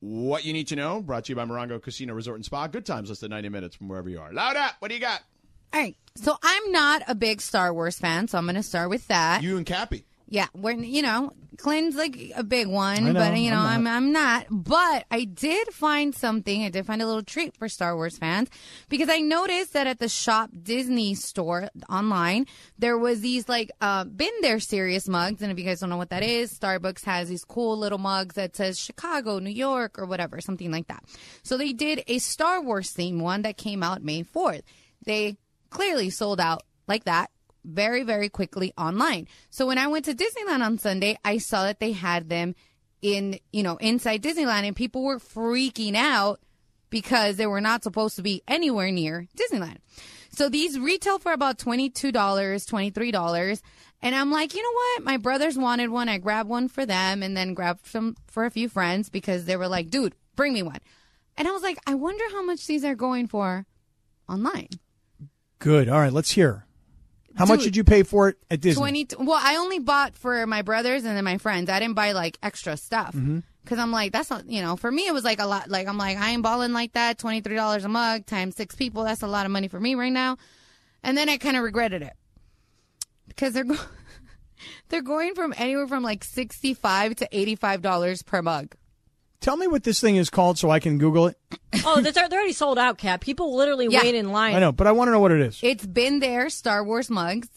What you need to know, brought to you by Morongo Casino Resort and Spa. Good times, less than 90 minutes from wherever you are. Loud up, what do you got? All right. So I'm not a big Star Wars fan, so I'm going to start with that. You and Cappy. yeah, when you know, Clint's like a big one, I know, but you know, I'm I'm not. I'm not. But I did find something. I did find a little treat for Star Wars fans because I noticed that at the Shop Disney store online, there was these like uh, been there serious mugs. And if you guys don't know what that is, Starbucks has these cool little mugs that says Chicago, New York, or whatever, something like that. So they did a Star Wars theme one that came out May fourth. They clearly sold out like that very, very quickly online. So when I went to Disneyland on Sunday, I saw that they had them in, you know, inside Disneyland and people were freaking out because they were not supposed to be anywhere near Disneyland. So these retail for about $22, $23. And I'm like, you know what? My brothers wanted one. I grabbed one for them and then grabbed some for a few friends because they were like, dude, bring me one. And I was like, I wonder how much these are going for online. Good. All right, let's hear. How much Dude. did you pay for it at Disney? 20 t- well i only bought for my brothers and then my friends i didn't buy like extra stuff because i'm like that's not you know for me it was like a lot like i'm like i ain't balling like that $23 a mug times six people that's a lot of money for me right now and then i kind of regretted it because they're go- they're going from anywhere from like 65 to $85 per mug Tell me what this thing is called so I can Google it. Oh, that's, they're already sold out, Cap. People literally Yeah. wait in line. I know, but I want to know what it is. It's been there, Star Wars mugs,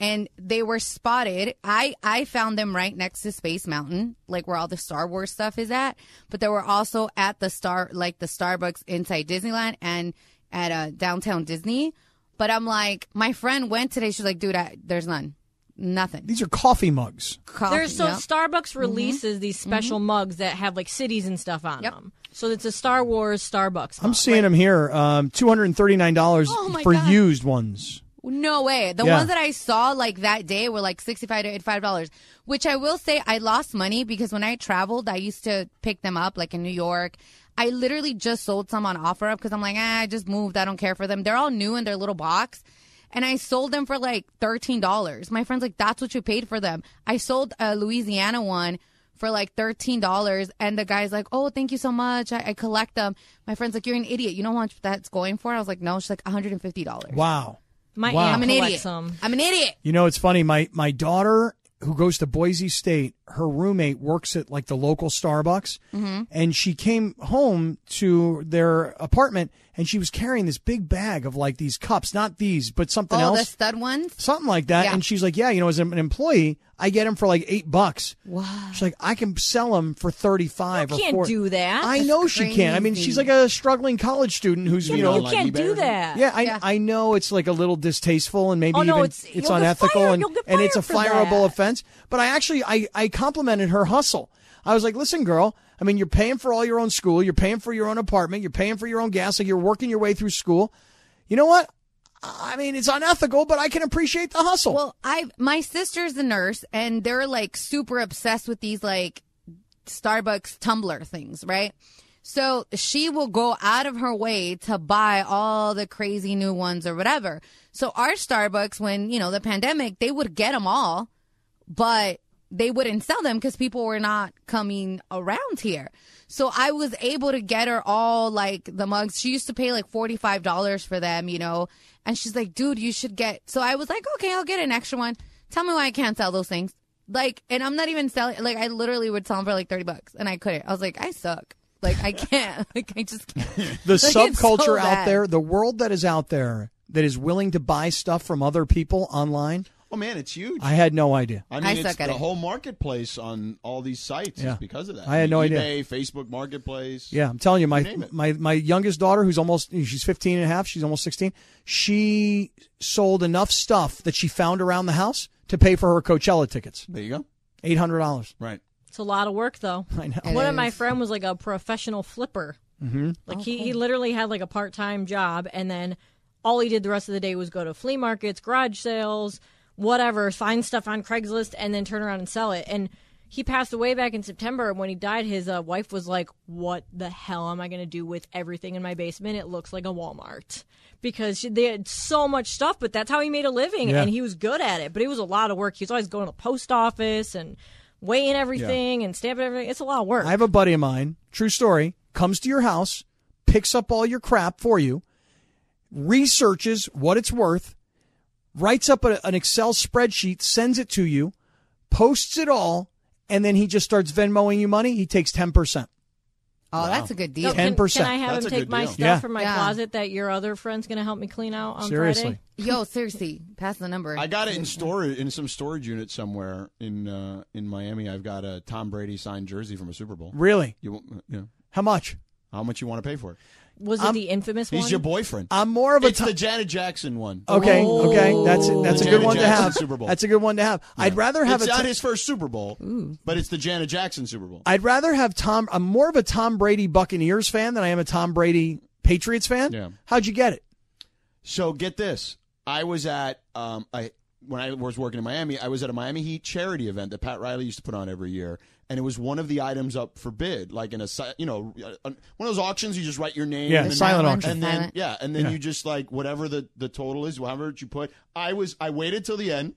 and they were spotted. I I found them right next to Space Mountain, like where all the Star Wars stuff is at. But they were also at the star, like the Starbucks inside Disneyland and at uh, downtown Disney. But I'm like, my friend went today. She's like, dude, I, there's none, nothing. These are coffee mugs. Coffee, There's so yep. Starbucks Mm-hmm. releases these special mugs that have like cities and stuff on Yep. them. So it's a Star Wars Starbucks. I'm mug. seeing them here. Um, two hundred and thirty nine dollars Oh, my for God. used ones. No way. The Yeah. ones that I saw like that day were like sixty-five to eighty-five dollars. Which I will say, I lost money because when I traveled, I used to pick them up like in New York. I literally just sold some on OfferUp because I'm like, ah, I just moved. I don't care for them. They're all new in their little box, and I sold them for like thirteen dollars. My friend's like, that's what you paid for them. I sold a Louisiana one for like $13 and the guy's like oh thank you so much I, I collect them my friend's like you're an idiot you know how much that's going for i was like no she's like $150 Wow. My Wow. aunt I'm an collects idiot. them. I'm an idiot. You know, it's funny. My my daughter who goes to Boise State, her roommate works at like the local Starbucks, Mm-hmm. and she came home to their apartment and she was carrying this big bag of like these cups, not these, but something All the else. stud ones. Something like that, Yeah. and she's like, "Yeah, you know, as an employee, I get them for like eight bucks. Wow. She's like, I can sell them for thirty-five. You or can't 40. do that. I know she can't. I mean, crazy. she's like a struggling college student who's Yeah, you but know you like can't eBay do or- that. yeah, I Yeah. I know it's like a little distasteful and maybe Oh, no, even it's- you'll get unethical fired. and You'll get and it's a fired for fireable that. offense. But I actually I I complimented her hustle. I was like, listen, girl. I mean, you're paying for all your own school. You're paying for your own apartment. You're paying for your own gas. Like you're working your way through school. You know what? I mean, it's unethical, but I can appreciate the hustle. Well, I my sister's a nurse, and they're like super obsessed with these like Starbucks tumbler things, right? So she will go out of her way to buy all the crazy new ones or whatever. So our Starbucks, when you know the pandemic, they would get them all, but they wouldn't sell them because people were not coming around here. So I was able to get her all like the mugs. She used to pay like $45 for them, you know? And she's like, dude, you should get. So I was like, okay, I'll get an extra one. Tell me why I can't sell those things. Like, and I'm not even selling, like, I literally would sell them for like 30 bucks and I couldn't. I was like, I suck. Like, I can't. Like, I just can't. the Like, it's so subculture out bad. there, the world that is out there that is willing to buy stuff from other people online, Oh, man, it's huge. I had no idea. I mean, I it's suck at the it. whole marketplace on all these sites Yeah. is because of that. I had no eBay, idea. Facebook Marketplace. Yeah, I'm telling you, my name it. my my youngest daughter, who's almost she's 15 and a half, she's almost 16. She sold enough stuff that she found around the house to pay for her Coachella tickets, There you go. eight hundred dollars. Right. It's a lot of work, though. I know. It One of my is. friend was like a professional flipper. Mm-hmm. Like he, he literally had like a part time job, and then all he did the rest of the day was go to flea markets, garage sales, whatever, find stuff on Craigslist, and then turn around and sell it. And he passed away back in September. And when he died, his uh, wife was like, "What the hell am I going to do with everything in my basement? It looks like a Walmart." Because she, they had so much stuff, but that's how he made a living, Yeah. and he was good at it. But it was a lot of work. He was always going to the post office and weighing everything and stamping everything. It's a lot of work. I have a buddy of mine, true story, comes to your house, picks up all your crap for you, researches what it's worth, writes up a, an Excel spreadsheet, sends it to you, posts it all, and then he just starts Venmoing you money. He takes 10%. Oh, that's a good So deal. can- 10%. Can I have That's him a take good my deal. stuff Yeah. from my Yeah. closet that your other friend's going to help me clean out on Seriously. Friday? Yo, seriously, pass the number. I got it in storage in some storage unit somewhere in uh, in Miami. I've got a Tom Brady signed jersey from a Super Bowl. Really? You won't- yeah. How much? How much you want to pay for it? Was it the infamous one? He's your boyfriend. I'm more of a it's ti- the Janet Jackson one. Okay, Oh. okay, that's that's a Janet good one to Jackson have. Super Bowl. That's a good one to have. I'd rather have it's a. not Ti- his first Super Bowl, but it's the Janet Jackson Super Bowl. I'd rather have Tom. I'm more of a Tom Brady Buccaneers fan than I am a Tom Brady Patriots fan. Yeah. How'd you get it? So get this. I was at um I when I was working in Miami, I was at a Miami Heat charity event that Pat Riley used to put on every year, and it was one of the items up for bid, like in a si- you know uh, one of those auctions. You just write your name, Yeah, and silent then, auction. and then Silent. yeah, and then you just like whatever the the total is, however much you put. I was I waited till the end.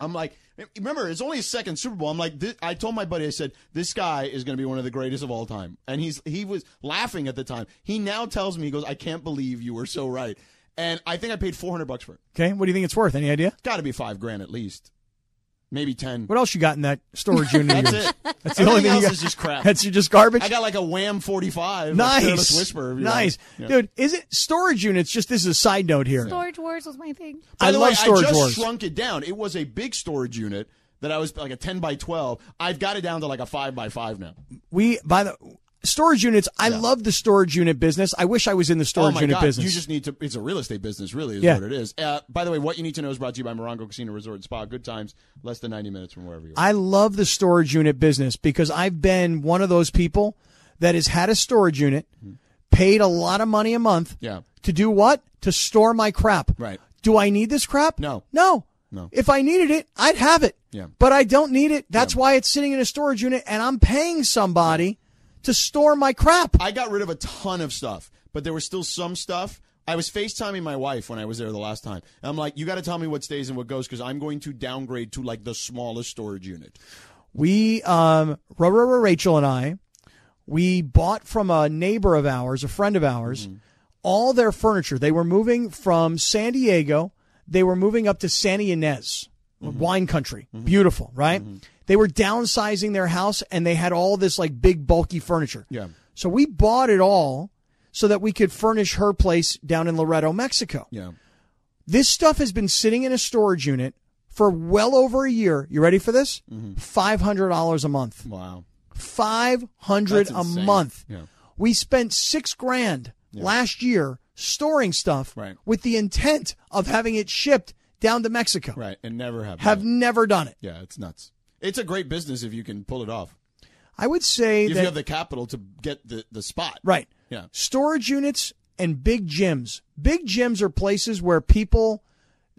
I'm like, remember, it's only his second Super Bowl. I'm like, this, I told my buddy, I said, this guy is going to be one of the greatest of all time, and he's he was laughing at the time. He now tells me, he goes, I can't believe you were so right, and I think I paid 400 bucks for it. Okay, what do you think it's worth? Any idea? Got to be five grand at least, maybe ten. What else you got in that storage unit? of That's yours? it. That's the only Everything thing else you got. is just crap. That's just garbage. I got like a Wham 45, like nice, Fearless Whisper, if you nice, want. Yeah. dude. Is it storage units? Just this is a side note here. Storage Wars was my thing. By I the love way, storage I just wars. shrunk it down. It was a big storage unit that I was like a 10 by 12. I've got it down to like a five by five now. Oh We by the storage units. I love the storage unit business. I wish I was in the oh storage my unit God. business. You just need to. It's a real estate business, really, is Yeah. what it is. Uh, by the way, what you need to know is brought to you by Morongo Casino Resort and Spa. Good times, less than ninety minutes from wherever you are. I love the storage unit business because I've been one of those people that has had a storage unit, paid a lot of money a month Yeah. to do what? To store my crap. Right. Do I need this crap? No. No. No. If I needed it, I'd have it. Yeah. But I don't need it. That's why it's sitting in a storage unit and I'm paying somebody to store my crap. I got rid of a ton of stuff, but there was still some stuff. I was FaceTiming my wife when I was there the last time. And I'm like, you got to tell me what stays and what goes because I'm going to downgrade to like the smallest storage unit. We, um, Ra- Ra- Ra- Rachel and I, we bought from a neighbor of ours, a friend of ours, all their furniture. They were moving from San Diego. They were moving up to Santa Ynez, wine country. Beautiful, right? They were downsizing their house and they had all this like big bulky furniture. Yeah. So we bought it all so that we could furnish her place down in Laredo, Mexico. Yeah. This stuff has been sitting in a storage unit for well over a year. You ready for this? $500 a month Wow. five hundred That's a insane. month. Yeah. We spent six grand last year storing stuff Right. with the intent of having it shipped down to Mexico. Right. And never have. Have never done it. yeah, it's nuts. It's a great business if you can pull it off. I would say If that you have the capital to get the, the spot. right. Yeah. Storage units and big gyms. Big gyms are places where people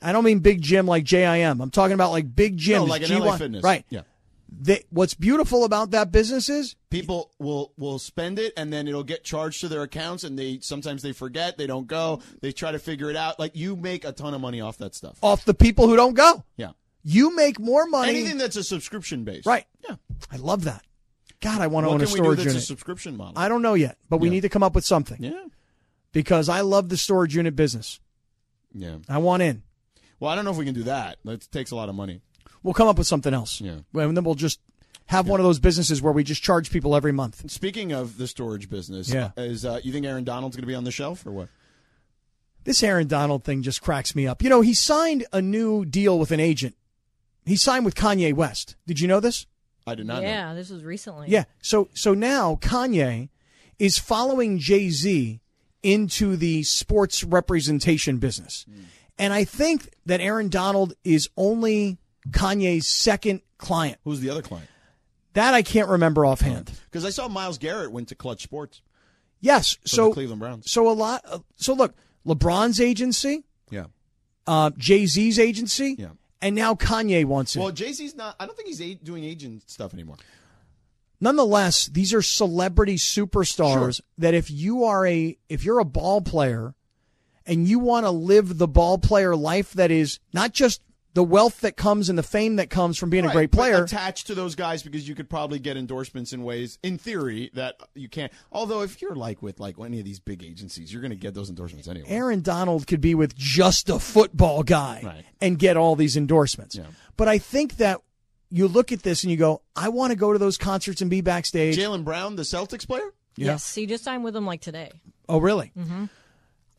I don't mean big gym like JIM. I'm talking about like big gyms. No, like an LA G1 Fitness. Right. Yeah. They, what's beautiful about that business is people will will spend it and then it'll get charged to their accounts and they sometimes they forget they don't go they try to figure it out like you make a ton of money off that stuff off the people who don't go. yeah You make more money. anything that's a subscription based Right. yeah I love that. God, I want to what own a can we do storage that's a unit. subscription model I don't know yet, but we need to come up with something yeah because I love the storage unit business. yeah I want in. well i don't know if we can do that that takes a lot of money We'll come up with something else. Yeah. Well, And then we'll just have one of those businesses where we just charge people every month. speaking of the storage business Yeah. is uh, you think aaron donald's going to be on the shelf or what This Aaron Donald thing just cracks me up. You know, he signed a new deal with an agent. He signed with Kanye West. Did you know this? i did not know Yeah, this was recently. Yeah. So so now Kanye is following Jay Z into the sports representation business, Hmm. and I think that Aaron Donald is only Kanye's second client. who's the other client That I can't remember offhand. because i saw miles garrett went to clutch sports Yes. for So the cleveland browns so a lot. uh, So look, LeBron's agency, yeah uh, Jay Z's agency, Yeah. and now Kanye wants it. well jay-z's not i don't think he's a- doing agent stuff anymore nonetheless, these are celebrity superstars that if you are a if you're a ball player and you want to live the ball player life that is not just the wealth that comes and the fame that comes from being a great Right, but player. attached to those guys because you could probably get endorsements in ways, in theory, that you can't. Although if you're like with like any of these big agencies, you're going to get those endorsements anyway. Aaron Donald could be with just a football guy Right. and get all these endorsements. But I think that you look at this and you go, I want to go to those concerts and be backstage. Jalen Brown, the Celtics player. Yes, he just signed with them like today. Oh, really?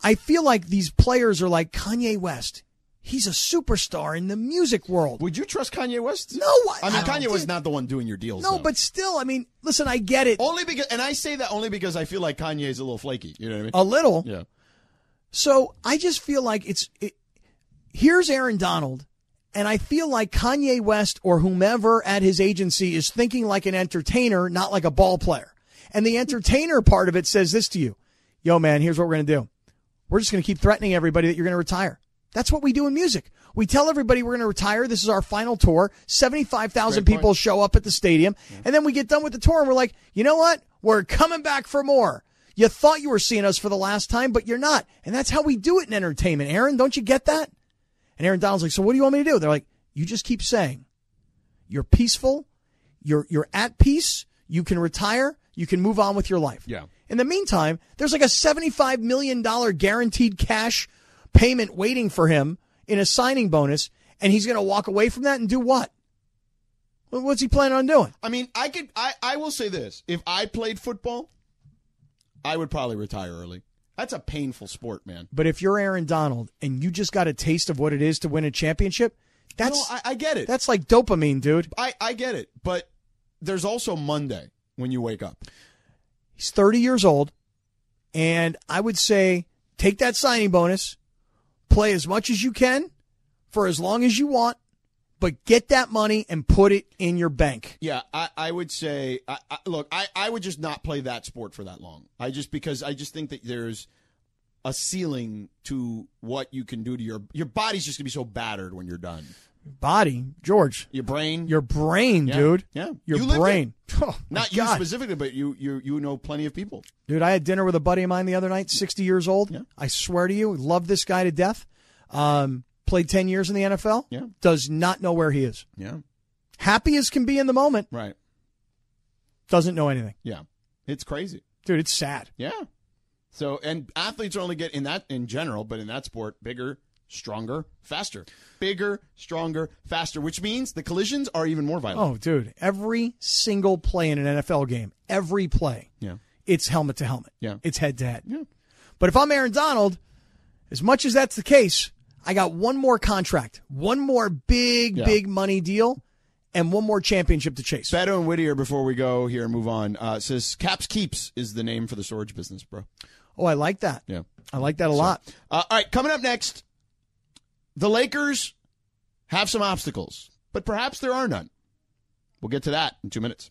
I feel like these players are like Kanye West. He's a superstar in the music world. Would you trust Kanye West? No, I- I mean I don't Kanye was think- not the one doing your deals. no, though. but still, I mean, listen, I get it only because, and I say that only because I feel like Kanye's a little flaky. You know what I mean? a little. yeah. So I just feel like it's it, here's Aaron Donald, and I feel like Kanye West or whomever at his agency is thinking like an entertainer, not like a ball player. And the entertainer part of it says this to you, yo man, here's what we're gonna do. We're just gonna keep threatening everybody that you're gonna retire. That's what we do in music. We tell everybody we're going to retire. This is our final tour. 75,000 people show up at the stadium. And then we get done with the tour and we're like, you know what? We're coming back for more. You thought you were seeing us for the last time, but you're not. And that's how we do it in entertainment. Aaron, don't you get that? And Aaron Donald's like, so what do you want me to do? They're like, you just keep saying you're peaceful. You're, you're at peace. You can retire. You can move on with your life. Yeah. In the meantime, there's like a $75 million guaranteed cash payment waiting for him in a signing bonus. And he's going to walk away from that and do what? Wh- What's he planning on doing? I mean, I could. I I will say this: if I played football, I would probably retire early. That's a painful sport, man. But if you're Aaron Donald and you just got a taste of what it is to win a championship, that's, no, I, I get it. that's like dopamine, dude. I I get it. But there's also Monday when you wake up. He's 30 years old. And I would say take that signing bonus, play as much as you can for as long as you want, but get that money and put it in your bank. Yeah, I, I would say, I, I, look, I, I would just not play that sport for that long. I just because I just think that there's a ceiling to what you can do to your your body's just gonna be so battered when you're done. Body, George, Your brain, your brain, Yeah, dude. yeah. Your You lived brain. Oh, my not you God. specifically, but you you you know plenty of people. Dude, I had dinner with a buddy of mine the other night, 60 years old. I swear to you, love this guy to death. Um, played 10 years in the NFL. Yeah. Does not know where he is. Yeah, Happy as can be in the moment, right. doesn't know anything. Yeah, it's crazy. Dude, it's sad. Yeah. So and athletes are only get in that in general, but in that sport, bigger, stronger, faster, bigger, stronger, faster, which means the collisions are even more violent. Oh, dude, every single play in an NFL game, every play, Yeah. it's helmet to helmet. Yeah. It's head to head. Yeah. But if I'm Aaron Donald, as much as that's the case, I got one more contract, one more big, Yeah. big money deal, and one more championship to chase. Beto and Whittier, before we go here and move on, uh, says Caps Keeps is the name for the storage business, bro. Oh, I like that. Yeah. I like that a lot. Uh, all right, coming up next, the Lakers have some obstacles, but perhaps there are none. We'll get to that in two minutes.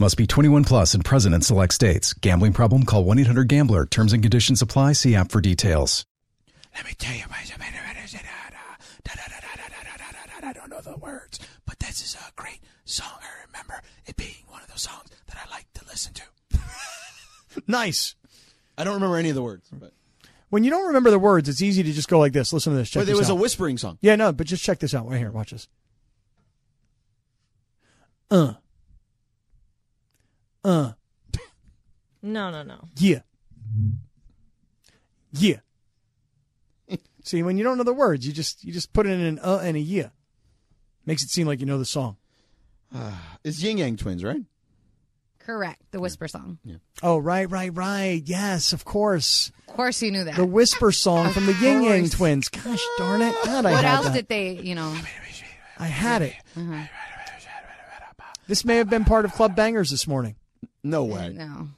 Must be 21 plus and present in select states. Gambling problem? Call 1 800 Gambler. Terms and conditions apply. See app for details. Let me tell you, I don't know the words, but this is a great song. I remember it being one of those songs that I like to listen to. Nice. I don't remember any of the words, but, When you don't remember the words, it's easy to just go like this. Listen to this. Check but it this was out. a whispering song. Yeah, no, but just check this out right here. Watch this. Uh. Uh. No, no, no. Yeah. Yeah. See, when you don't know the words, you just you just put in an uh and a yeah. Makes it seem like you know the song. It's Yin Yang Twins, right? Correct. The whisper song. Oh, right, right, right. Yes, of course. Of course, you knew that. The whisper song from the Yin Yang course. Twins. Gosh darn it. God, I what had else did that. Mm-hmm. they? You know. I had it. This may have been part of Club Bangers this morning. No way. No.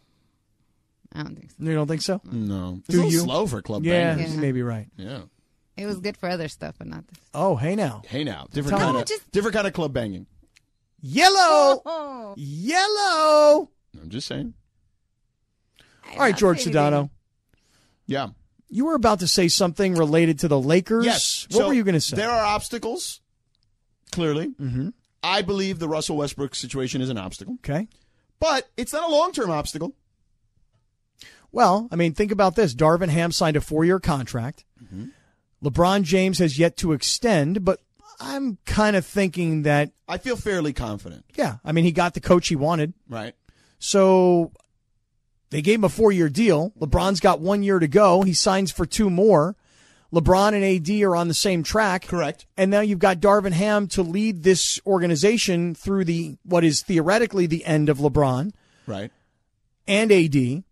I don't think so. You don't think so? No. It's Do a little you? slow for club Yeah, bangers. you may be right. Yeah. It was good for other stuff, but not this. Oh, hey now. Hey now, different Tell kind me. of Just- different kind of club banging. Yellow. Oh. Yellow. I'm just saying. All right, George Sedano. Yeah. You were about to say something related to the Lakers. Yes. What So were you going to say? There are obstacles. Clearly, Mm-hmm. I believe the Russell Westbrook situation is an obstacle, okay. but it's not a long-term obstacle. Well, I mean, think about this. Darvin Ham signed a four year contract. Mm-hmm. LeBron James has yet to extend, but I'm kind of thinking that, I feel fairly confident, yeah, I mean, he got the coach he wanted. right? So they gave him a four year deal. LeBron's got one year to go. He signs for two more. LeBron and AD are on the same track. Correct. And now you've got Darvin Ham to lead this organization through the, what is theoretically the end of LeBron Right. and AD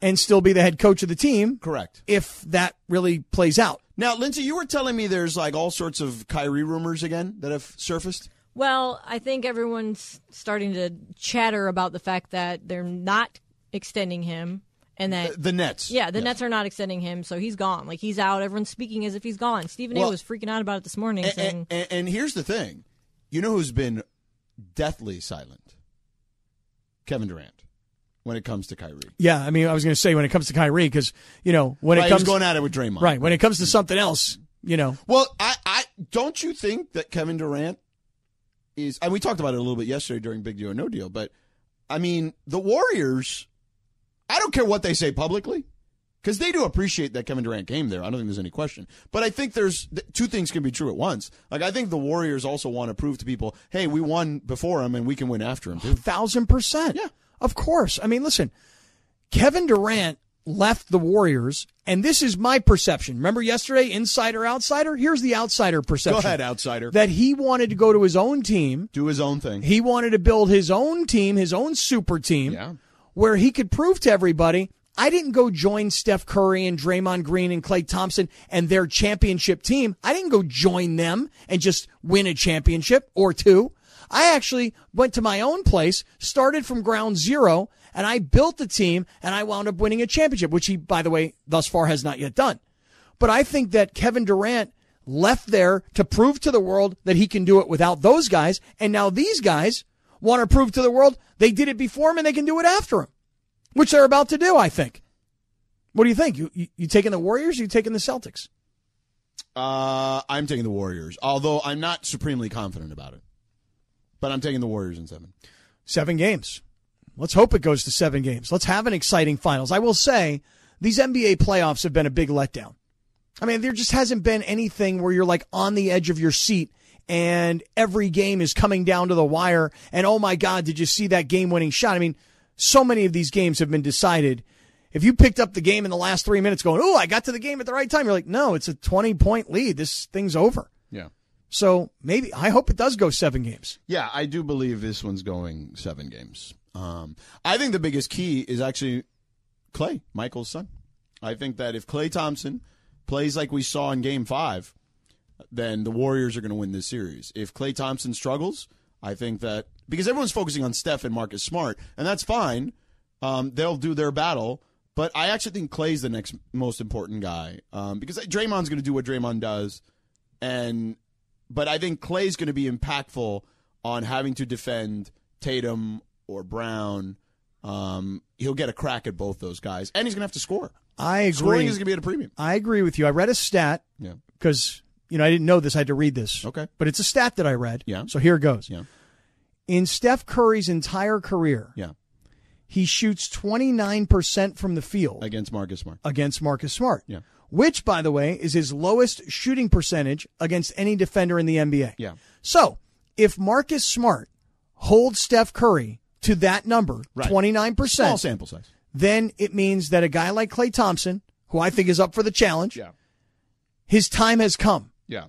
and still be the head coach of the team Correct. if that really plays out. Now, Lindsay, you were telling me there's like all sorts of Kyrie rumors again that have surfaced. Well, I think everyone's starting to chatter about the fact that they're not extending him and that The Nets. Eh. yeah, the Nets are not extending him, so he's gone. Like he's out. Everyone's speaking as if he's gone. Stephen Well- eh, A was freaking out about it this morning, And, saying and, and- and here's the thing, you know who's been deathly silent? Kevin Durant. When it comes to Kyrie, Yeah, I mean, I was going to say when it comes to Kyrie, because you know when Right, it he was comes going at it with Draymond, right when it comes to something else, you know, Well, I, I don't you think that Kevin Durant is, and we talked about it a little bit yesterday during Big Deal or No Deal, but I mean, the Warriors, I don't care what they say publicly, because they do appreciate that Kevin Durant came there. I don't think there's any question. But I think there's th- two things can be true at once. Like, I think the Warriors also want to prove to people, hey, we won before him and we can win after him, too. thousand percent. Yeah. of course. I mean, listen, Kevin Durant left the Warriors, and this is my perception. Remember yesterday, insider outsider. Here's the outsider Go perception ahead, outsider. that he wanted to go to his own team. do his own thing. He wanted to build his own team, his own super team. Yeah. where he could prove to everybody, I didn't go join Steph Curry and Draymond Green and Klay Thompson and their championship team. I didn't go join them and just win a championship or two. I actually went to my own place, started from ground zero, and I built the team and I wound up winning a championship, which he, by the way, thus far has not yet done. But I think that Kevin Durant left there to prove to the world that he can do it without those guys. And now these guys want to prove to the world they did it before him and they can do it after him, which they're about to do, I think. What do you think? You, you, you taking the Warriors or you taking the Celtics? Uh, I'm taking the Warriors, although I'm not supremely confident about it. But I'm taking the Warriors in seven. Seven games. Let's hope it goes to seven games. Let's have an exciting finals. I will say these NBA playoffs have been a big letdown. I mean, there just hasn't been anything where you're like on the edge of your seat and every game is coming down to the wire. And oh my God, did you see that game winning shot? I mean, so many of these games have been decided. If you picked up the game in the last three minutes going, oh, I got to the game at the right time, you're like, no, it's a 20 point lead. This thing's over. Yeah. So maybe I hope it does go seven games. Yeah, I do believe this one's going seven games. Um, I think the biggest key is actually Clay, Michael's son. I think that if Clay Thompson plays like we saw in Game Five, then the Warriors are going to win this series. If Clay Thompson struggles, I think that because everyone's focusing on Steph and Marcus Smart, and that's fine. Um, they'll do their battle, but I actually think Clay's the next most important guy um, because Draymond's going to do what Draymond does, and but I think Clay's going to be impactful on having to defend Tatum or Brown. Um, he'll get a crack at both those guys, and he's going to have to score. I agree. Scoring is going to be at a premium. I agree with you. I read a stat Yeah. because you know I didn't know this. I had to read this. Okay. but it's a stat that I read. Yeah. So here it goes. Yeah. In Steph Curry's entire career, Yeah. he shoots twenty nine percent from the field Against Marcus Smart. against Marcus Smart. Yeah. Which, by the way, is his lowest shooting percentage against any defender in the NBA. Yeah. So if Marcus Smart holds Steph Curry to that number, Right. twenty nine Small percent, sample size. then it means that a guy like Clay Thompson, who I think is up for the challenge, Yeah. his time has come. Yeah.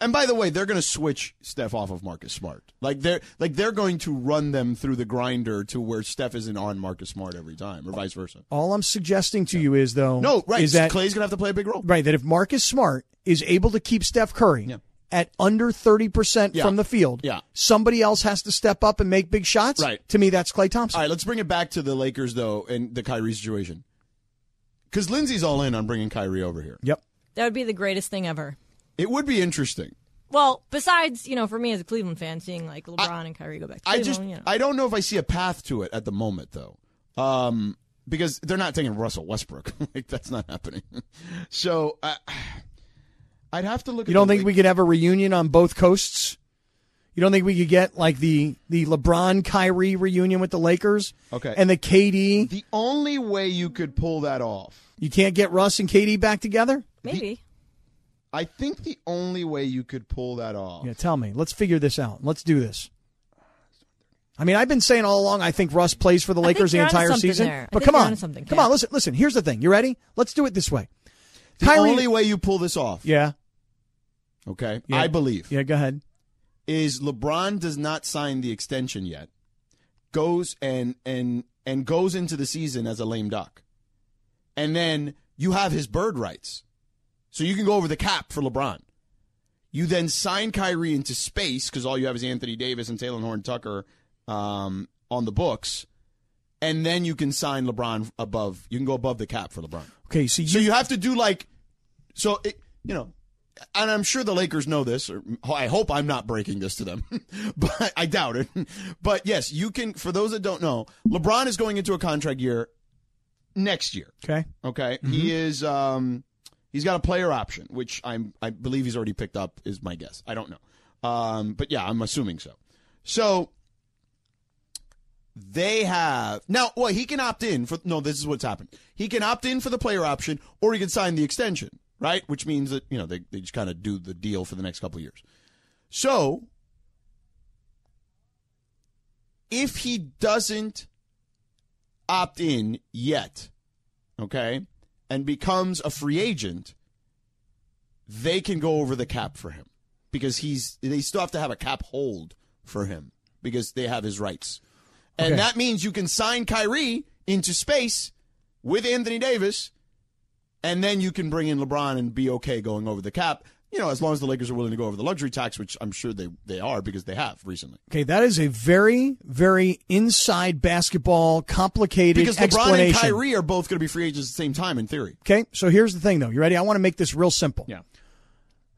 And by the way, they're going to switch Steph off of Marcus Smart. Like they're like they're going to run them through the grinder to where Steph isn't on Marcus Smart every time, or vice versa. All I'm suggesting to you is though, No, right. is that Clay's going to have to play a big role. right that if Marcus Smart is able to keep Steph Curry Yeah. at under 30% Yeah. from the field, Yeah. somebody else has to step up and make big shots. Right. To me that's Clay Thompson. All right, let's bring it back to the Lakers though, and the Kyrie situation. Because Lindsey's all in on bringing Kyrie over here. Yep. that would be the greatest thing ever. It would be interesting Well, besides, you know, for me as a Cleveland fan, seeing like LeBron and Kyrie go back to I Cleveland, just you know. I don't know if I see a path to it at the moment though. Um because they're not taking Russell Westbrook. like that's not happening. so I I'd have to look You at don't the think we league. could have a reunion on both coasts? You don't think we could get like the the LeBron Kyrie reunion with the Lakers? Okay. And the KD, the only way you could pull that off. you can't get Russ and KD back together? maybe. I think the only way you could pull that off. Yeah, tell me. Let's figure this out. Let's do this. I mean, I've been saying all along. I think Russ plays for the I think Lakers the you're onto entire something season. there. I But think come you're on, onto something, come Kat. on. Listen, listen. Here's the thing. You ready? Let's do it this way. The Kyrie- only way you pull this off. Yeah, Okay. Yeah. I believe. yeah. Go ahead. is LeBron does not sign the extension yet, goes and and and goes into the season as a lame duck, and then you have his bird rights, so you can go over the cap for LeBron. You then sign Kyrie into space because all you have is Anthony Davis and Taylor Horn Tucker um, on the books, and then you can sign LeBron above. You can go above the cap for LeBron. Okay, so So you, you have to do like, so it, you know, and I'm sure the Lakers know this, or I hope I'm not breaking this to them, but I doubt it. But yes, you can. For those that don't know, LeBron is going into a contract year next year. okay? Okay, he is. Um, he's got a player option, which I'm. I believe he's already picked up. Is my guess. I don't know. Um, but yeah, I'm assuming so. So they have now. Well, he can opt in for. No, this is what's happened. He can opt in for the player option, or he can sign the extension, right? Which means that you know they they just kind of do the deal for the next couple of years. So if he doesn't opt in yet okay, and becomes a free agent, they can go over the cap for him because he's they still have to have a cap hold for him because they have his rights. And Okay. that means you can sign Kyrie into space with Anthony Davis and then you can bring in LeBron and be okay going over the cap. You know, as long as the Lakers are willing to go over the luxury tax, which I'm sure they, they are because they have recently. Okay, that is a very, very inside basketball, complicated Because LeBron explanation. and Kyrie are both going to be free agents at the same time in theory. Okay, so here's the thing, though. You ready? I want to make this real simple. Yeah.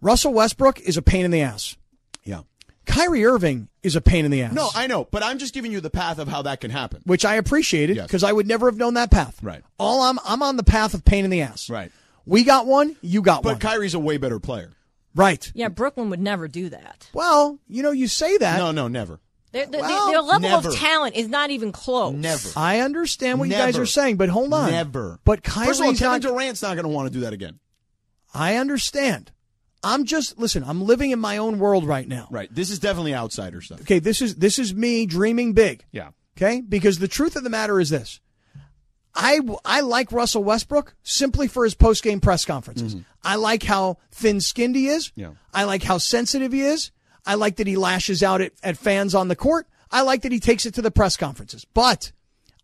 Russell Westbrook is a pain in the ass. Yeah. Kyrie Irving is a pain in the ass. No, I know, but I'm just giving you the path of how that can happen. which I appreciated Yes. because I would never have known that path. Right. All I'm I'm on the path of pain in the ass. Right. We got one. You got one. But Kyrie's a way better player. right. Yeah, Brooklyn would never do that. Well, you know, you say that. No, no, never. Their, their, Well, their level never. of talent is not even close. Never. I understand what you guys Never. are saying, but hold on. Never. But Kyrie's First of all, Kevin not. Durant's not going to want to do that again. I understand. I'm just listen. I'm living in my own world right now. Right. This is definitely outsider stuff. Okay. This is this is me dreaming big. Yeah. Okay. Because the truth of the matter is this. I, w- I like Russell Westbrook simply for his post game press conferences. I like how thin skinned he is. Mm-hmm. Yeah. I like how sensitive he is. I like that he lashes out at, at fans on the court. I like that he takes it to the press conferences. But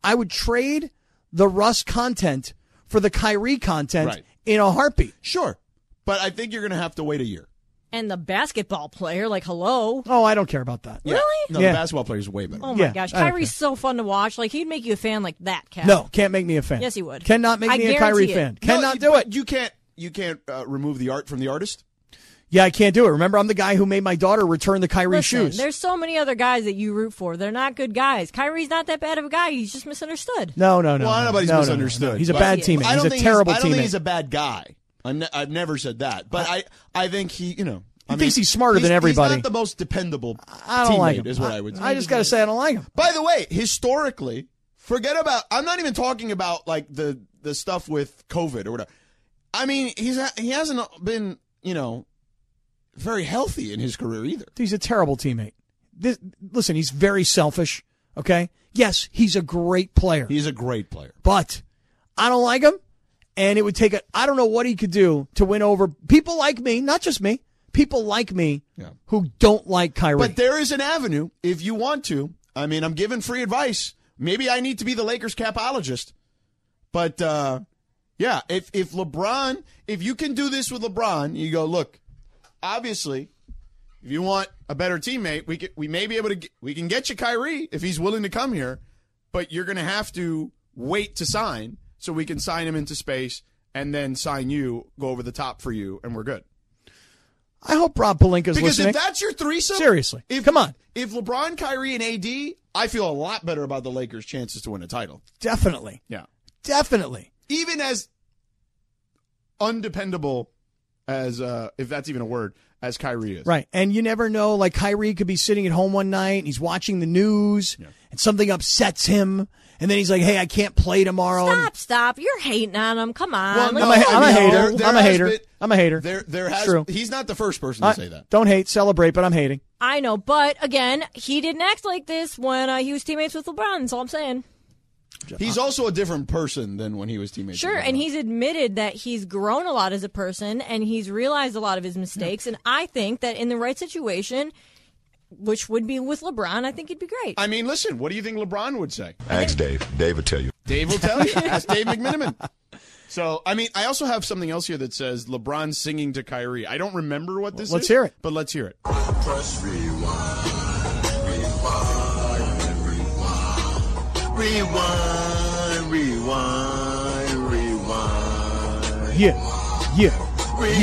I would trade the Russ content for the Kyrie content Right. in a heartbeat. Sure. But I think you're going to have to wait a year. And the basketball player, like, hello. Oh, I don't care about that. Really? No, Yeah. the basketball player is way better. Oh my Yeah, gosh, I don't Kyrie's so fun to watch. Like, he'd make you a fan like that, Cat. No, can't make me a fan. Yes, he would. Cannot make I me a guarantee Kyrie it. fan. No, Cannot you- do but it. You can't. You can't uh, remove the art from the artist. Yeah, I can't do it. Remember, I'm the guy who made my daughter return the Kyrie Listen, shoes. there's so many other guys that you root for. They're not good guys. Kyrie's not that bad of a guy. He's just misunderstood. No, no, no. well, I don't no, know, but he's no, no, no, no. misunderstood. He's a But- bad teammate. I don't He's a think terrible I don't think teammate. he's a bad guy. I'm ne- I've never said that, but I, I think he, you know, I He thinks he's smarter than he's- everybody. He's not the most dependable. I don't teammate, like him. Is what I, would. say. I just got to say I don't like him. By the way, historically, forget about. I'm not even talking about like the the stuff with COVID or whatever. I mean, he's he hasn't been you know very healthy in his career either. He's a terrible teammate. This, listen, he's very selfish. Okay. Yes, he's a great player, He's a great player. but I don't like him. And it would take a. I don't know what he could do to win over people like me, not just me. People like me Yeah. who don't like Kyrie. But there is an avenue if you want to. I mean, I'm giving free advice. Maybe I need to be the Lakers capologist. But uh, yeah, if if LeBron, if you can do this with LeBron, you go look. Obviously, if you want a better teammate, we can, we may be able to get, we can get you Kyrie if he's willing to come here, but you're going to have to wait to sign so we can sign him into space and then sign you, go over the top for you, and we're good. I hope Rob Palinka's Because listening. if that's your threesome, Seriously. if, Come on. If LeBron, Kyrie, and AD, I feel a lot better about the Lakers' chances to win a title. definitely, Yeah, definitely. even as undependable as uh, if that's even a word as Kyrie is. Right. And you never know, like Kyrie could be sitting at home one night and he's watching the news and something upsets him. And then he's like, hey, I can't play tomorrow. And- Stop, stop. You're hating on him. Come on. Well, Like, no, I'm a, I'm a I mean, hater. there- there I'm a has hater. been- I'm a hater. There, there It's has. true. He's not the first person to I- say that. Don't hate, celebrate, but I'm hating. I know, but again, he didn't act like this when uh, he was teammates with LeBron. So I'm saying, He's also a different person than when he was teammates. sure. with And LeBron. he's admitted that he's grown a lot as a person and he's realized a lot of his mistakes. And I think that in the right situation, which would be with LeBron, I think he'd be great. I mean, listen. What do you think LeBron would say? Thanks, Dave. Dave will tell you. Dave will tell you. Ask Dave McMiniman. So, I mean, I also have something else here that says LeBron singing to Kyrie. I don't remember what this Let's is. hear it. But let's hear it. Press rewind, rewind, rewind, rewind, rewind, rewind, Yeah. Yeah. rewind,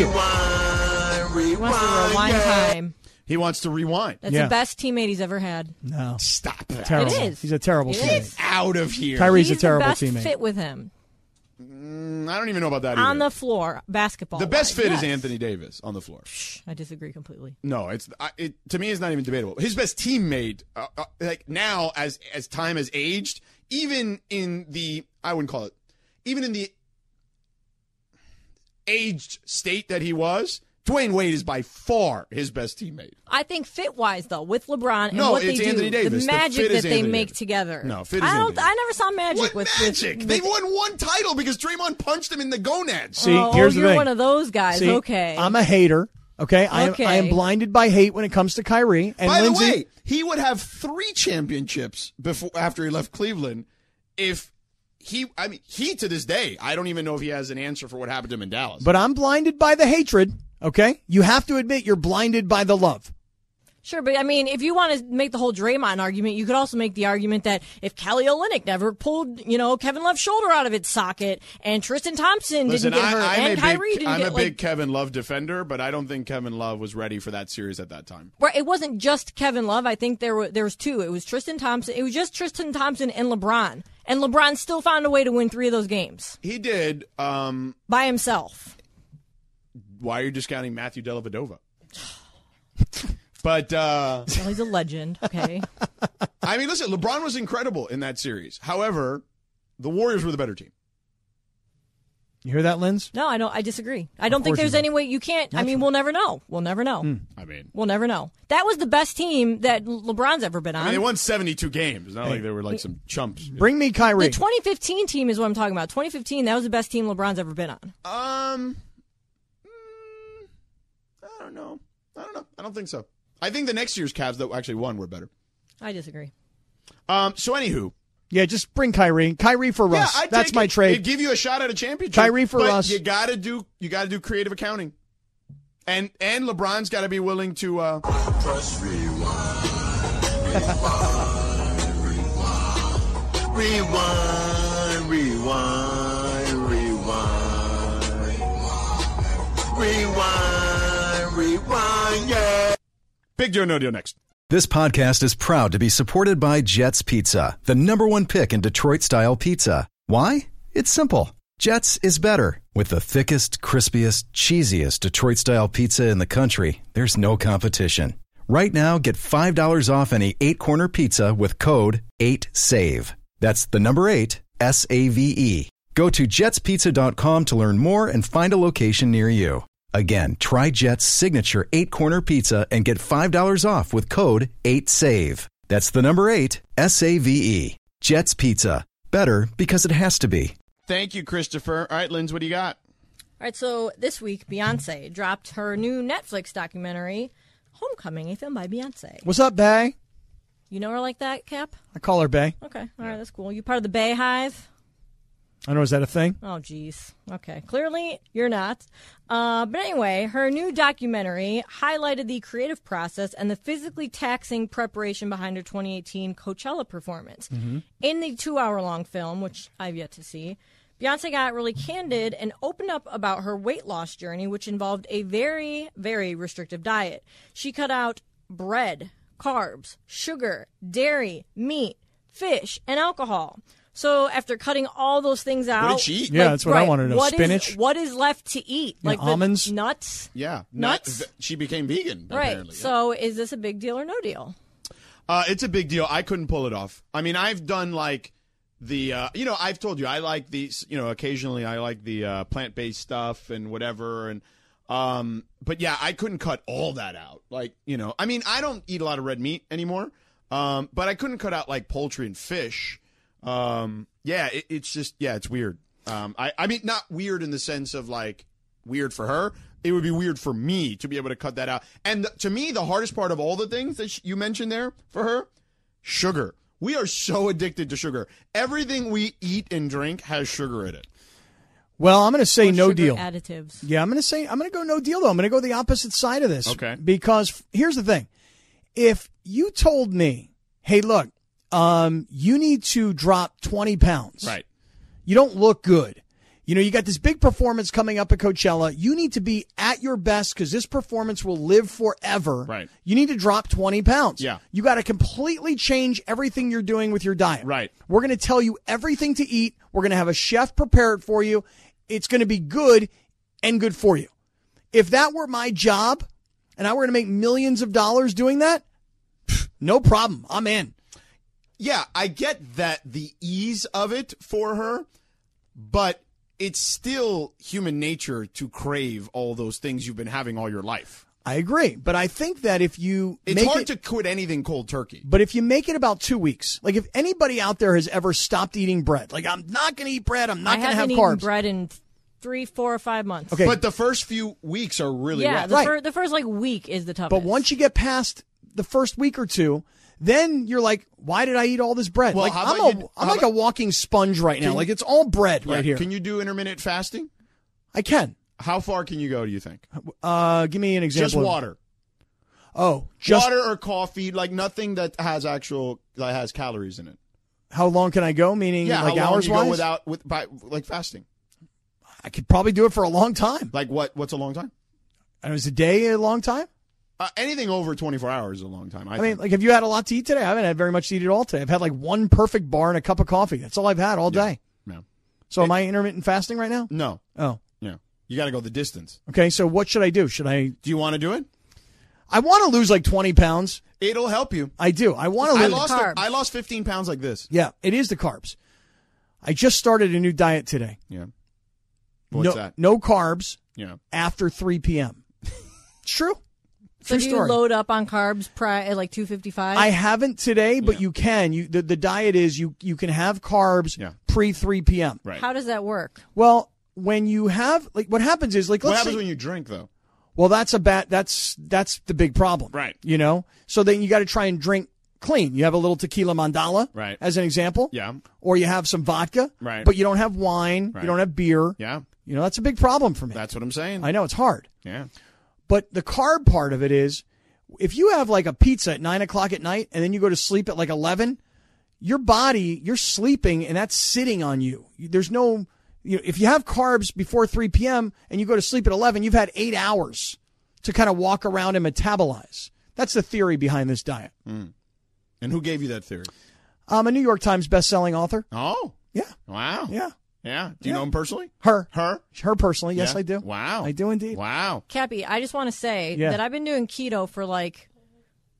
He wants to rewind time. He wants to rewind. That's Yeah. the best teammate he's ever had. No. Stop that. Terrible. is. He's a terrible It teammate. is. Out of here. Kyrie's he's a terrible the best teammate. fit with him I don't even know about that. on either. the floor, basketball. the best fit is Yes. Anthony Davis on the floor. I disagree completely. No, it's I, it to me it's not even debatable. His best teammate, uh, uh, like now as as time has aged, even in the I wouldn't call it, even in the aged state that he was, Dwayne Wade is by far his best teammate. I think fit wise though, with LeBron and No, what they it's do, Anthony Davis. the The magic fit that is they Anthony make Davis. together. No, fit is I don't. Anthony I never saw magic what with with- magic? with- they won one title because Draymond punched him in the gonads. See, oh, here's the you're thing. one of those guys. See, okay, I'm a hater. Okay? I, am, I am Okay. blinded by hate when it comes to Kyrie. And By Lindsay, the way, he would have three championships before after he left Cleveland. If he, I mean, he to this day, I don't even know if he has an answer for what happened to him in Dallas. But I'm blinded by the hatred. Okay? You have to admit you're blinded by the love. sure, but I mean, if you want to make the whole Draymond argument, you could also make the argument that if Kelly Olynyk never pulled, you know, Kevin Love's shoulder out of its socket, and Tristan Thompson Listen, didn't get hurt, I, I'm and a Kyrie big, didn't I'm get a like, big Kevin Love defender, but I don't think Kevin Love was ready for that series at that time. Right, it wasn't just Kevin Love. I think there were there was two. It was Tristan Thompson. It was just Tristan Thompson and LeBron, and LeBron still found a way to win three of those games He did. Um, by himself. why are you discounting Matthew Dellavedova? But uh, Well, he's a legend. Okay. I mean, listen, LeBron was incredible in that series. However, the Warriors were the better team. You hear that, Linz? No, I don't. I disagree. I don't think course you there's don't. any way you can't. I mean, we'll never know. We'll never know. I mean, We'll never know. That was the best team that LeBron's ever been I on. mean, they won 72 games. It's not like they were like some chumps. Bring me Kyrie. the 2015 team is what I'm talking about. 2015, that was the best team LeBron's ever been on. Um, mm, I don't know. I don't know. I don't think so. I think the next year's Cavs that actually won were better. I disagree. Um, so anywho, yeah, just bring Kyrie. Kyrie for Russ. yeah, I'd That's take my it. It'd trade. give you a shot at a championship. Kyrie for but Russ. You gotta do. You gotta do creative accounting. And and LeBron's got to be willing to. Uh, press rewind, rewind, rewind, rewind, rewind, rewind, rewind, yeah. Big Joe No Deal next. This podcast is proud to be supported by Jets Pizza, the number one pick in Detroit style pizza. Why? It's simple. Jets is better. With the thickest, crispiest, cheesiest Detroit style pizza in the country, there's no competition. Right now, get $5 off any eight corner pizza with code 8SAVE. That's the number eight, S A V E. Go to jetspizza.com to learn more and find a location near you. Again, try Jet's signature eight corner pizza and get $5 off with code 8SAVE. That's the number eight, S A V E. Jet's Pizza. Better because it has to be. Thank you, Christopher. All right, Linz, what do you got? All right, so this week, Beyonce dropped her new Netflix documentary, Homecoming, a film by Beyonce. What's up, Bay? You know her like that, Cap? I call her Bay. Okay. All right, that's cool. You part of the Bay Hive? I don't know, is that a thing? Oh, geez. Okay. Clearly, you're not. Uh, but anyway, her new documentary highlighted the creative process and the physically taxing preparation behind her 2018 Coachella performance. In the two hour long film, which I've yet to see, Beyonce got really candid and opened up about her weight loss journey, which involved a very, very restrictive diet. She cut out bread, carbs, sugar, dairy, meat, fish, and alcohol. So after cutting all those things out, What did she eat? Yeah, that's what I Right, wanted to know. what is- Spinach. what is left to eat? Yeah, Like the almonds? nuts. Yeah, Nuts? Not, she became vegan. Right. Apparently. So is this a big deal or no deal? Uh, it's a big deal. I couldn't pull it off. I mean, I've done like the, uh, you know, I've told you I like the, you know, occasionally I like the uh, plant based stuff and whatever, and um, but yeah, I couldn't cut all that out. Like, you know, I mean, I don't eat a lot of red meat anymore, um, but I couldn't cut out like poultry and fish. Um, yeah, it, it's just yeah, it's weird. Um, I, I mean, not weird in the sense of like weird for her. It would be weird for me to be able to cut that out. And th- to me, the hardest part of all the things that sh- you mentioned there for her, sugar. We are so addicted to sugar. Everything we eat and drink has sugar in it. Well, I'm going to say Or no sugar deal. Additives. Yeah, I'm going to say I'm going to go no deal though. I'm going to go the opposite side of this. Okay. Because f- here's the thing. If you told me, "Hey, look, um you need to drop 20 pounds." You don't look good. You know, you got this big performance coming up at Coachella. You need to be at your best because this performance will live forever. Right. You need to drop 20 pounds. Yeah. You got to completely change everything you're doing with your diet. Right. We're going to tell you everything to eat. We're going to have a chef prepare it for you. It's going to be good and good for you. If that were my job and I were going to make millions of dollars doing that, pff, no problem. I'm in. Yeah, I get that the ease of it for her, but it's still human nature to crave all those things you've been having all your life. I agree. But I think that if you It's make hard it, to quit anything cold turkey. But if you make it about two weeks, like if anybody out there has ever stopped eating bread, like I'm not going to eat bread, I'm not I going to haven't have eaten carbs. bread in three, four, or five months. Okay, But the first few weeks are really yeah, rough. the, Right. fir- the first like week is the toughest. but once you get past the first week or two, then you're like, why did I eat all this bread? Well, like how I'm about a, you- am how like a walking sponge right now. like it's all bread Yeah. right here. Can you do intermittent fasting? I can. How far can you go? Do you think? Uh, give me an example. Just of- water, Oh, just water or coffee, like nothing that has actual that has calories in it. how long can I go? Meaning Yeah, like how long hours you wise? go without with by like fasting? I could probably do it for a long time. Like what? What's a long time? And was a day a long time? Uh, anything over twenty four hours is a long time. I, I mean, think. like, have you had a lot to eat today? I haven't had very much to eat at all today. I've had like one perfect bar and a cup of coffee. That's all I've had all day. no, So am I intermittent fasting right now? no, Oh, no. You got to go the distance. okay. So what should I do? Should I? Do you want to do it? I want to lose like twenty pounds. It'll help you. I do. I want to I lose. lost. carbs. I lost fifteen pounds like this. yeah, it is the carbs. I just started a new diet today. Yeah. What's no, that? No carbs Yeah. after three p.m. it's true. so True do you story. load up on carbs pri- at like two fifty five? I haven't today, but you can. You the, the diet is you you can have carbs Yeah. pre three p.m. Right. How does that work? Well, when you have like what happens is like what let's happens say- when you drink though? Well, that's a bad. That's that's the big problem, Right. You know. So then you got to try and drink clean. You have a little tequila mandala, Right. As an example, Yeah. Or you have some vodka, Right. But you don't have wine. Right. You don't have beer. Yeah. You know that's a big problem for me. That's what I'm saying. I know it's hard, yeah. but the carb part of it is, if you have like a pizza at nine o'clock at night and then you go to sleep at like eleven, your body you're sleeping and that's sitting on you. There's no, you know, if you have carbs before three p.m. and you go to sleep at eleven, you've had eight hours to kind of walk around and metabolize. That's the theory behind this diet. And who gave you that theory? I'm a New York Times best-selling author. Oh, Yeah, wow. yeah. Yeah. Do you Yeah. know him personally? Her, Her? her personally. Yes, Yeah. I do. Wow. I do indeed. Wow. Cappy, I just want to say Yeah. that I've been doing keto for like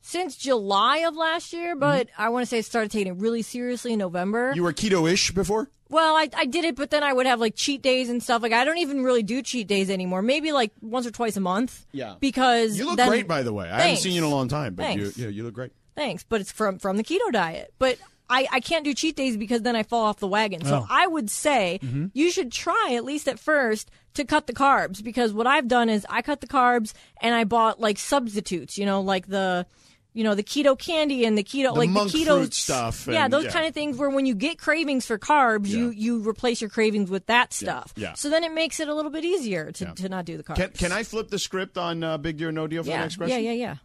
since July of last year, but I want to say I started taking it really seriously in November. You were keto-ish before? well, I, I did it, but then I would have like cheat days and stuff. Like I don't even really do cheat days anymore. Maybe like once or twice a month. Yeah. Because You look then- great, by the way. I haven't Thanks. seen you in a long time, but you, Thanks. yeah, you look great. Thanks, but it's from from the keto diet. But I, I can't do cheat days because then I fall off the wagon. So Oh. I would say Mm-hmm. you should try at least at first to cut the carbs because what I've done is I cut the carbs and I bought like substitutes, you know, like the you know the keto candy and the keto like monk the keto fruit stuff yeah, and- those yeah. kind of things where when you get cravings for carbs, you you replace your cravings with that stuff. yeah. So then it makes it a little bit easier to, to not do the carbs. Can, can I flip the script on uh, Big Deal or No Deal for yeah. the next question? yeah, yeah, yeah.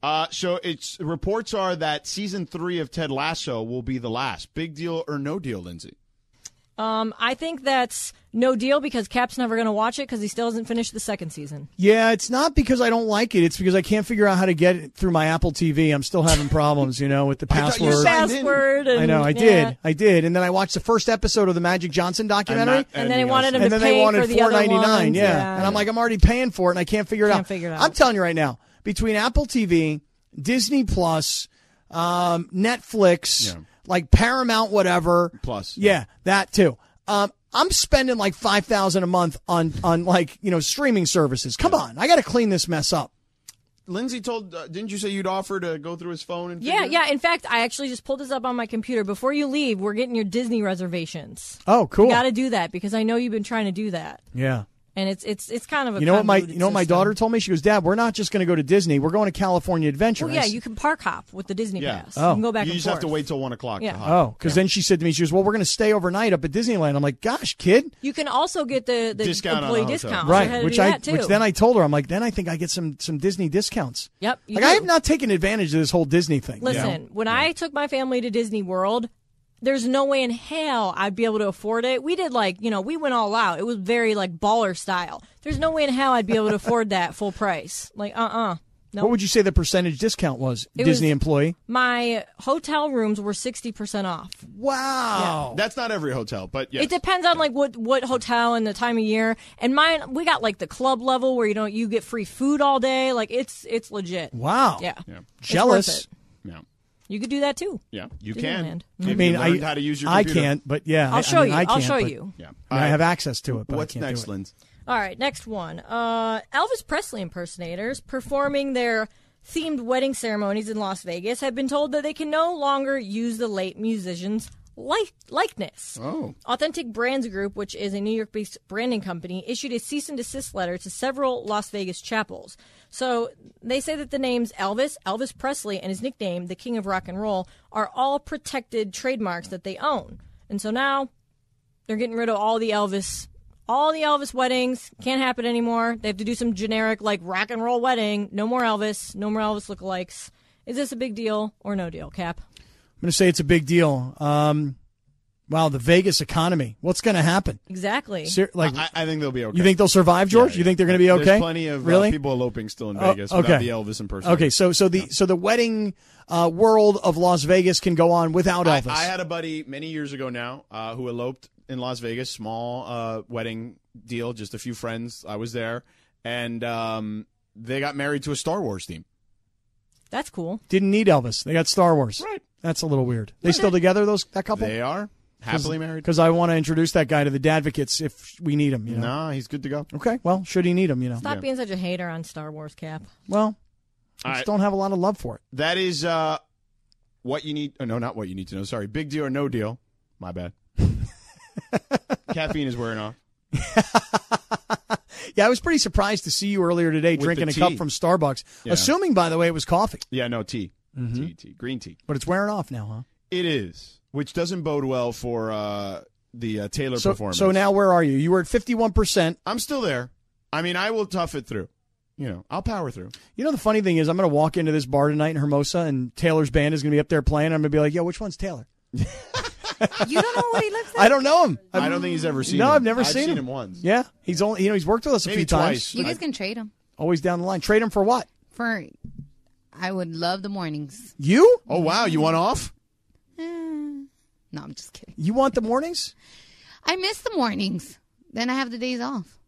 Uh, so it's reports are that season three of Ted Lasso will be the last. Big Deal or No Deal, Lindsay? Um, I think that's no deal because Cap's never going to watch it because he still hasn't finished the second season. Yeah, it's not because I don't like it. It's because I can't figure out how to get it through my Apple TV. I'm still having problems, you know, with the thought you password. signed- Password. And, I know, I yeah. did. I did. And then I watched the first episode of the Magic Johnson documentary. And then he anything wanted else. him and to then they pay wanted for the four other ninety nine. ones. Yeah. and I'm like, I'm already paying for it, and I can't figure it Can't out. figure it out. I'm telling you right now, between Apple TV, Disney Plus, um, Netflix, like Paramount, whatever. Plus. yeah, that too. Um, I'm spending like five thousand a month on on like you know streaming services. Come on, I got to clean this mess up. Lindsay told, uh, didn't you say you'd offer to go through his phone and yeah, figure it yeah. In fact, I actually just pulled this up on my computer. Before you leave, we're getting your Disney reservations. Oh, cool. You got to do that because I know you've been trying to do that, yeah. and it's it's it's kind of a You know what my convoluted you know what my system. Oh, daughter told me? She goes, Dad, we're not just going to go to Disney. We're going to California Adventure. Well, I yeah, s- you can park hop with the Disney Yeah. pass. You can go back. You and just forth. have to wait till one o'clock. Yeah. To hop. Oh, because then she said to me, she goes, "Well, we're going to stay overnight up at Disneyland." I'm like, "Gosh, kid, You can also get the, the Discount on employee a hotel. discount. So you had right?" to Which do I, that too. which then I told her, I'm like, "Then I think I get some some Disney discounts." Yep, you Like I do. have not taken advantage of this whole Disney thing. you know? Listen, when I took my family to Disney World, there's no way in hell I'd be able to afford it. We did like, you know, we went all out. It was very like baller style. There's no way in hell I'd be able to afford that full price. Like, uh uh No. what would you say the percentage discount was? It Disney was- employee. My hotel rooms were 60% off. Wow. That's not every hotel, but yes. It depends on like what what hotel and the time of year. And mine we got like the club level where you don't you get free food all day. Like it's it's legit. Wow. Yeah. Yeah. It's worth Jealous. it. Yeah. You could do that too. Yeah. You Disneyland. can. I If I mean, you I learned how to use your I computer. can't, but yeah, I- I'll I show mean, you. I I'll can, show but- you. Yeah. I mean, I have access to it, but What's I can't next, do it. Lindsay? All right, next one. Uh, Elvis Presley impersonators performing their themed wedding ceremonies in Las Vegas have been told that they can no longer use the late musician's like- likeness. Oh. Authentic Brands Group, which is a New York based branding company, issued a cease and desist letter to several Las Vegas chapels. So they say that the names Elvis, Elvis Presley, and his nickname, the King of Rock and Roll, are all protected trademarks that they own. And so now they're getting rid of all the Elvis, all the Elvis weddings. Can't happen anymore. They have to do some generic, like, rock and roll wedding. No more Elvis, no more Elvis lookalikes. Is this a big deal or no deal, Cap? I'm going to say it's a big deal. Um, wow, the Vegas economy. What's going to happen? Exactly. Ser- like, I, I think they'll be okay. you think they'll survive, George? You think they're going to be okay? There's plenty of uh, really people eloping still in Oh, Vegas okay. without the Elvis impersonator. Okay, so so the so the wedding uh, world of Las Vegas can go on without I, Elvis. I had a buddy many years ago now uh, who eloped in Las Vegas, small uh, wedding deal, just a few friends. I was there, and um, they got married to a Star Wars theme. That's cool. Didn't need Elvis. They got Star Wars. Right. That's a little weird. They still together those that couple? They are happily married. Because I want to introduce that guy to the Dadvocates if we need him. You know. Nah, he's good to go. Okay. Well, should he need him? You know. Stop being such a hater on Star Wars, Cap. Well, I All just right. don't have a lot of love for it. That is uh, what you need. Oh, no, not what you need to know. Sorry. Big deal or no deal. My bad. Caffeine is wearing off. Yeah, I was pretty surprised to see you earlier today With the drinking a tea. cup from Starbucks. Yeah. Assuming, by the way, it was coffee, Yeah, no, tea. Tea, tea. Green tea. but it's wearing off now, huh? It is, which doesn't bode well for uh, the uh, Taylor So, performance. so now where are you? You were at fifty-one percent. I'm still there. I mean, I will tough it through. You know, I'll power through. You know, the funny thing is, I'm going to walk into this bar tonight in Hermosa, and Taylor's band is going to be up there playing. I'm going to be like, yo, which one's Taylor? You don't know what he looks like. I don't know him. I'm, I do not think he's ever seen. no, him. I've never seen, seen him. once. Yeah, he's only you know he's worked with us a Maybe few twice. times. You guys can trade him Always down the line. Trade him for what? for. I would love the mornings. You? Oh wow, you want off? No, I'm just kidding. You want the mornings? I miss the mornings. Then I have the days off.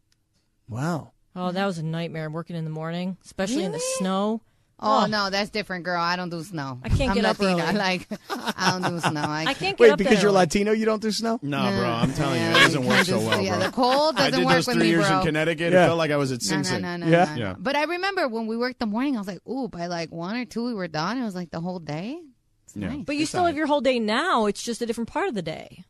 Wow. Oh, that was a nightmare working in the morning, especially in the snow. Oh, no, that's different, girl. I don't do snow. I can't I'm get up Latina. early. Like I don't do snow. I, I can't get Wait, up because that you're early. Latino, you don't do snow? No, bro. I'm telling you, I it doesn't work can't so do- well, Yeah, bro. the cold I doesn't did work those with three me, years bro. in Connecticut. Yeah. It felt like I was at Sing No, no, Sing. no, no, Yeah. no. Yeah. But I remember when we worked the morning, I was like, ooh, by like one or two, we were done. It was like the whole day. It's Yeah. nice. But you still have your whole day now. It's just a different part of the day.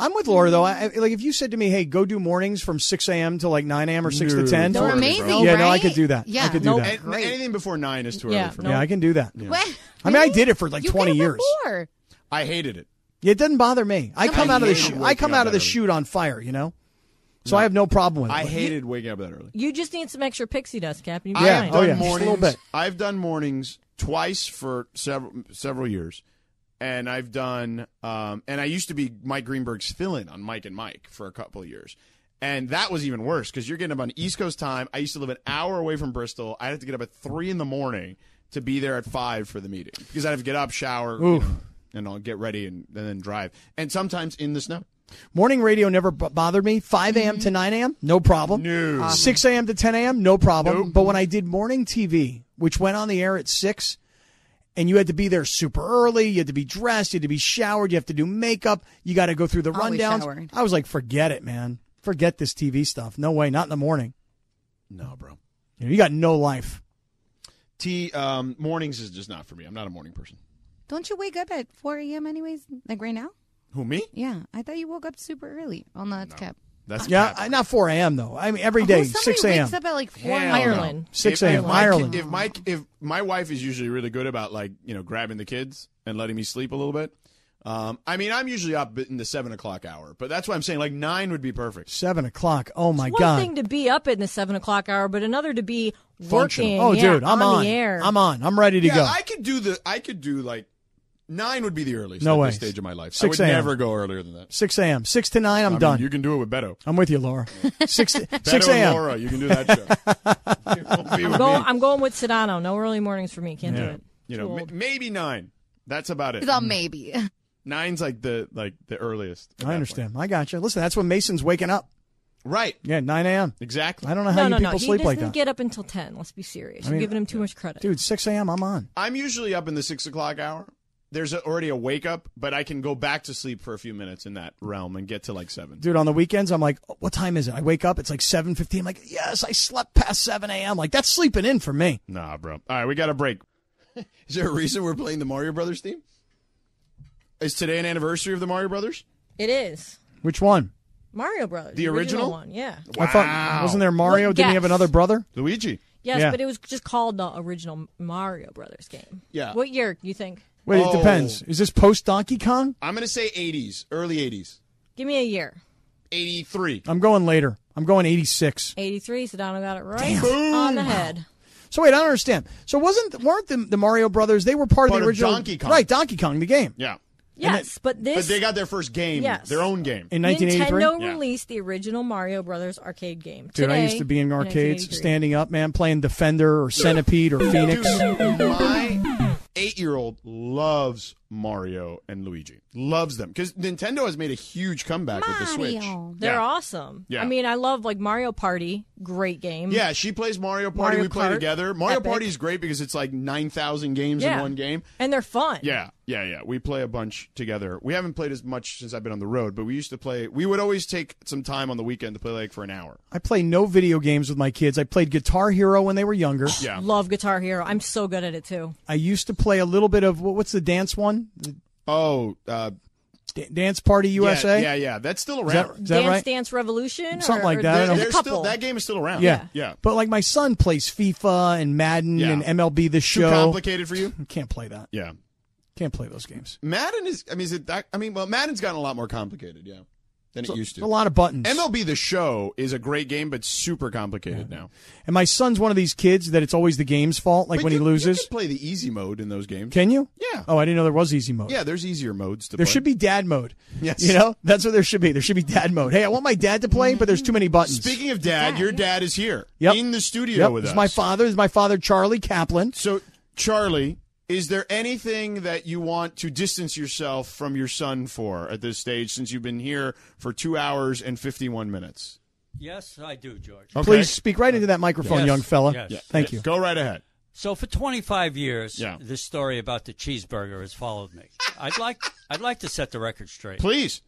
I'm with Laura though. I, I- like if you said to me, "Hey, go do mornings from 6 a.m. to like 9 a.m. or 6 to 10," They're totally, amazing, bro. yeah, no, I right? could do that. Yeah. I could do Nope. that. An- anything before nine is too Yeah, early for no. me. Yeah, I can do that. What? I mean, I did it for like You 20 did it years. before. I hated it. Yeah, It doesn't bother me. I come I out of the hated shoot. I waking come up out of the early. shoot on fire, you know. So I have no problem with it. I hated waking up that early. You just need some extra pixie dust, Cap. and you'd be I Yeah. have Oh, done yeah. Just a little mornings. bit. I've done mornings twice for several several years, and I've done um, and I used to be Mike Greenberg's fill-in on Mike and Mike for a couple of years. And that was even worse because you're getting up on East Coast time. I used to live an hour away from Bristol. I'd have to get up at three in the morning to be there at five for the meeting because I'd have to get up, shower, you know, and I'll get ready and, and then drive. And sometimes in the snow. Morning radio never b- bothered me. 5 a.m. to 9 a.m., no problem. No. 6 a.m. to 10 a.m., no problem. But when I did morning TV, which went on the air at 6, and you had to be there super early, you had to be dressed, you had to be showered, you have to do makeup, you got to go through the Always rundowns. showered. I was like, forget it, man. Forget this TV stuff. No way, not in the morning. No, bro. You, know, you got no life. T um, mornings is just not for me. I'm not a morning person. Don't you wake up at 4 a.m. anyways? Like right now? Who me? Yeah. I thought you woke up super early. Oh, no, that's kept. That's Yeah, Cap. I, not 4 a.m., though. I mean, every day, Who- somebody 6 a.m. wakes up at like 4 Hell no. Ireland. 6 If- a.m. If my, Ireland. If my if my wife is usually really good about like you know grabbing the kids and letting me sleep a little bit. Um, I mean, I'm usually up in the seven o'clock hour, but that's why I'm saying like nine would be perfect. 7 o'clock. Oh, my One God. thing to be up in the seven o'clock hour, but another to be Functional. working. Oh, yeah, dude, I'm on. the air. I'm on. I'm ready to Yeah, go. I could do the I could do like nine would be the earliest No at way. this stage of my life. I 6 would a.m. never go earlier than that. 6 a.m. 6 to 9, I'm I done. mean, you can do it with Beto. I'm with you, Laura. 6, Beto 6 and a.m. Laura, you can do that show. It won't be with Go, me. I'm going with Sedano. No early mornings for me. Can't do it. you Too know, ma- old. maybe nine. That's about it. It's all maybe. Nine's like the like the earliest. at that I point. understand. I got you. Listen, that's when Mason's waking up. Right. Yeah, 9 a.m. Exactly. I don't know how no, you people no, no. He sleep doesn't like that. get up until ten. Let's be serious. mean, You're giving him too much credit. Dude, 6 a.m., I'm on. I'm usually up in the six o'clock hour. There's a, already a wake up, but I can go back to sleep for a few minutes in that realm and get to like seven. Dude, on the weekends, I'm like, what time is it? I wake up, it's like 7.15. I'm like, yes, I slept past 7 a.m. Like, that's sleeping in for me. Nah, bro. All right, we got a break. Is there a reason we're playing the Mario Brothers theme? Is today an anniversary of the Mario Brothers? It is Which one? Mario Brothers. The original? one. Yeah. I thought, wasn't there Mario? Well, Didn't he yes. have another brother? Luigi. Yes, Yeah. but it was just called the original Mario Brothers game. Yeah. What year do you think? Wait, Oh. it depends. Is this post-Donkey Kong? I'm gonna say 80s, early 80s, Give me a year. 83. I'm going later. I'm going 86. 83. Sedano got it right on the head. So wait, I don't understand. So wasn't weren't the, the Mario Brothers? They were part, of Part the of original Donkey Kong. right? Donkey Kong, the game Yeah, Yes, but this but they got their first game, Yes. their own game. in 1983. Nintendo Yeah. released the original Mario Brothers arcade game. Dude, I Today, used to be in arcades, 1983. standing up, man, playing Defender or Centipede or Phoenix. My eight-year-old loves Mario and Luigi. Loves them because Nintendo has made a huge comeback with the Switch. Mario. They're Yeah. awesome. Yeah. I mean, I love like Mario Party. Great game. Yeah, she plays Mario Party. Mario we play Kart. together. Mario Epic. Party is great because it's like nine thousand games in Yeah. one game. And they're fun. Yeah, yeah, yeah. We play a bunch together. We haven't played as much since I've been on the road, but we used to play. We would always take some time on the weekend to play like for an hour. I play no video games with my kids. I played Guitar Hero when they were younger. Yeah, Love Guitar Hero. I'm so good at it too. I used to play a little bit of what- what's the dance one? The Oh, uh, D- dance Party yeah, USA. Yeah, yeah. That's still Is that, around. is that Dance right? Dance Revolution. Something or- like or that. I there's don't- a There's couple. still that game is still around. Yeah. yeah. But like my son plays FIFA and Madden Yeah. and MLB The Too Show. complicated for you. Can't play that. Yeah. Can't play those games. Madden is. I mean, is it that? I mean, well, Madden's gotten a lot more complicated. Yeah, than it used A to. lot of buttons. MLB the Show is a great game, but super complicated now. And my son's one of these kids that it's always the game's fault. Like But when you- he you loses, can play the easy mode in those games. can you? Yeah. Oh, I didn't know there was easy mode. Yeah, there's easier modes to There play. should be dad mode. Yes. You know, that's what there should be. There should be dad mode. Hey, I want my dad to play, but there's too many buttons. Speaking of dad, your dad is here Yep. in the studio yep, with it's us. my father. It's my father, Charlie Kaplan. So, Charlie, is there anything that you want to distance yourself from your son for at this stage since you've been here for two hours and 51 minutes? Yes, I do, George. Okay. Please speak right into that microphone, Yes, young fella. yes. Yeah. Thank you. Go right ahead. So for 25 years, Yeah. this story about the cheeseburger has followed me. I'd like I'd like to set the record straight. Please.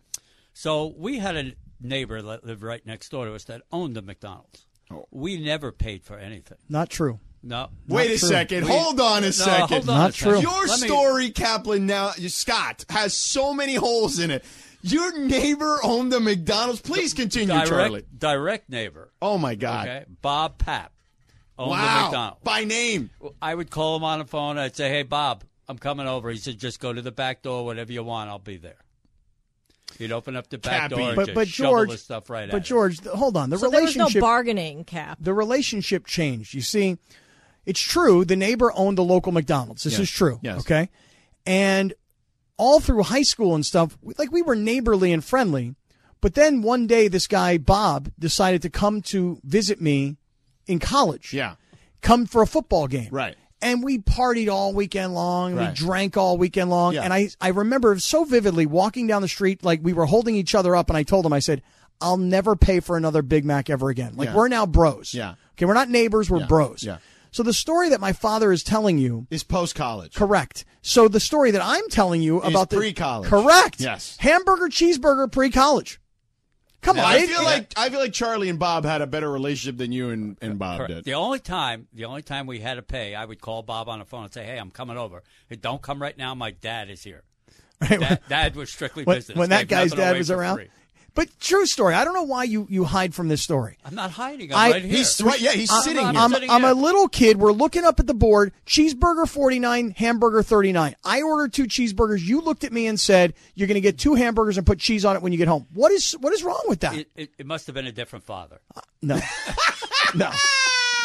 So we had a neighbor that lived right next door to us that owned the McDonald's. We never paid for anything. Not true. No. Oh. Wait a true. second. We- hold on a No, second. hold on Not a second. true. Your Let me- story, Kaplan, now, Scott, has so many holes in it. Your neighbor owned a McDonald's. Please continue, direct, Charlie. direct neighbor. Oh, my God. Okay, Bob Pap owned the Wow. McDonald's. By name. I would call him on the phone. I'd say, "Hey, Bob, I'm coming over." He said, "Just go to the back door, whatever you want, I'll be there." He'd open up the back Cappy. door, and But just but shovel George, the stuff right but at him. George, th- hold on. The So there was relationship no bargaining cap. the relationship changed. You see, it's true. The neighbor owned the local McDonald's. This is true. Yes. Okay. And all through high school and stuff, we- like we were neighborly and friendly. But then one day, this guy, Bob, decided to come to visit me in college. Yeah. Come for a football game. Right. And we partied all weekend long. Right. We drank all weekend long. Yeah. And I, I remember so vividly walking down the street, like we were holding each other up. And I told him, I said, I'll never pay for another Big Mac ever again. Like Yeah. we're now bros. Yeah. Okay. We're not neighbors. We're Yeah. bros. Yeah. So the story that my father is telling you Is post college. Correct. So the story that I'm telling you Is about the pre-college. Correct. Yes. Hamburger cheeseburger pre-college. Come on. I it- feel like I feel like Charlie and Bob had a better relationship than you and, and Bob Correct. did. The only time, the only time we had to pay, I would call Bob on the phone and say, "Hey, I'm coming over. Hey, don't come right now. My dad is here." Dad, dad was strictly when, business. when that Gave guy's nothing dad away was for around. free. But true story. I don't know why you you hide from this story. I'm not hiding. I'm I- right here. He's right. Yeah, he's I'm- sitting I'm here. I'm, sitting I'm here. a little kid. We're looking up at the board. Cheeseburger 49, hamburger 39. I ordered two cheeseburgers. You looked at me and said, "You're going to get two hamburgers and put cheese on it when you get home." What is what is wrong with that? It, it, it must have been a different father. no. no.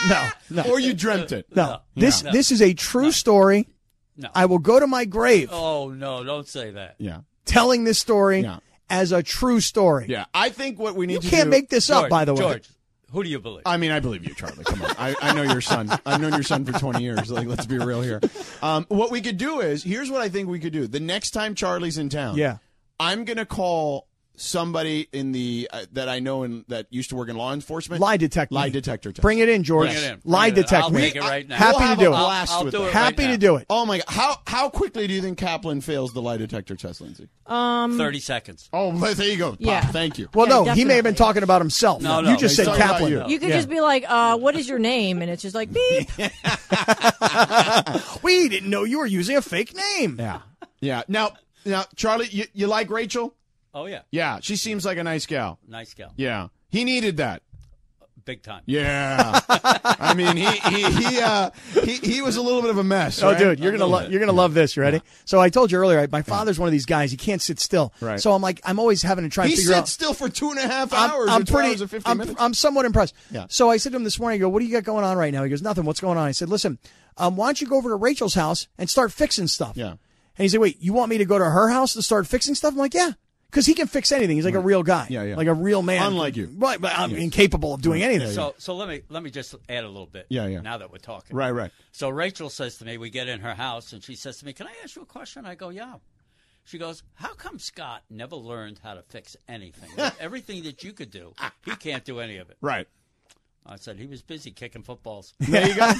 No. No. Or you dreamt it. No. This this is a true story. No. I will go to my grave Oh no! Don't say that. Yeah. telling this story Yeah. as a true story. Yeah. I think what we need You to can't do- make this up, George, by the way. George, who do you believe? I mean, I believe you, Charlie. Come on, I, I know your son. I've known your son for twenty years. Like, let's be real here. Um, what we could do is here's what I think we could do. The next time Charlie's in town, Yeah. I'm gonna call somebody in the uh, that I know and that used to work in law enforcement. Lie detector. Lie detector test. Bring it in, George. Bring it in. Bring Lie it in. detector. I'll me. take it right now. Happy We'll to have do a it. blast I'll with do that. it Happy right to now. do it. Oh my god! How how quickly do you think Kaplan fails the lie detector test, Lindsay? Um, Thirty seconds. Oh, but there you go. Pop, Yeah. Thank you. Well, Yeah, no, he may have been definitely. talking about himself. No, no, you just he's said talking about Kaplan. you. You could Oh, Yeah. just be like, uh, "What is your name?" And it's just like, "Beep." We didn't know you were using a fake name. Oh, Yeah, yeah. Now, now, Charlie, you, you like Rachel? Oh yeah, Yeah, she seems like a nice gal. nice gal, Yeah, he needed that. big time. Yeah, I mean, he he he, uh, he he was a little bit of a mess. Oh, right? dude, you're gonna lo- you're gonna love this. You ready? So I told you earlier, I, my father's one of these guys. He can't sit still. Right. So I'm like, I'm always having to try He and figure sits out. still for two and a half I'm, hours. I'm or two pretty. hours and 50 I'm, minutes. I'm somewhat impressed. Yeah. So I said to him this morning, I go, "What do you got going on right now?" He goes, "Nothing. What's going on?" I said, "Listen, um, why don't you go over to Rachel's house and start fixing stuff?" Yeah. And he said, "Wait, you want me to go to her house to start fixing stuff?" I'm like, "Yeah." Because he can fix anything. He's like a real guy. Yeah, yeah. Like a real man. Unlike you. Right, but I'm incapable of doing anything. So, so let me let me just add a little bit. Yeah, yeah. Now that we're talking, Right, right. So Rachel says to me, we get in her house, and she says to me, "Can I ask you a question?" I go, "Yeah." She goes, "How come Scott never learned how to fix anything? Like, everything that you could do, he can't do any of it." right. I said, "He was busy kicking footballs." There you go.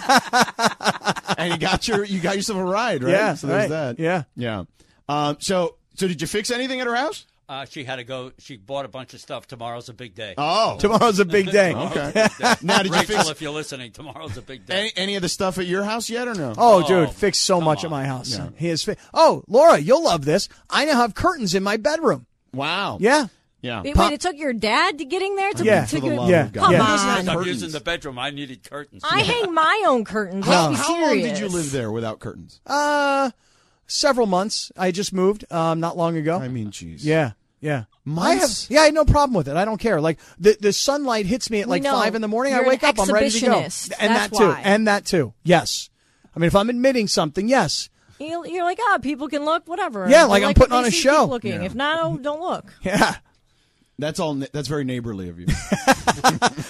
and you got your you got yourself a ride, right? Yeah, So there's right. that. Yeah. Yeah. Um, so so did you fix anything at her house? Uh, she had to go. She bought a bunch of stuff. Tomorrow's a big day. Oh. Tomorrow's a big day. Okay. now did you Rachel, fix if you're listening, tomorrow's a big day. any, any of the stuff at your house yet or no? Oh, Oh, dude, fixed so come much on. at my house. He is. Fi- oh, Laura, you'll love this. I now have curtains in my bedroom. Wow. Yeah. Yeah. Wait, wait, it took your dad to getting there to, Yeah. to For the get- love Yeah. of God. Yeah. Come I'm on. curtains. using the bedroom. I needed curtains. I hang my own curtains. How, Let's be how long did you serious. live there without curtains? Uh, several months. I just moved um not long ago. I mean, jeez. yeah. Yeah. Months? I have, yeah, I had no problem with it. I don't care. Like the the sunlight hits me at like know. five in the morning. I You're an wake up. I'm ready to go. And exhibitionist. that That's too. why. And that too. Yes. I mean, if I'm admitting something, yes. You- You're like, ah, people can look, whatever. Yeah, If you like I'm what putting they on a see, show. Keep looking. If not, oh, don't look. Yeah. That's all. That's very neighborly of you.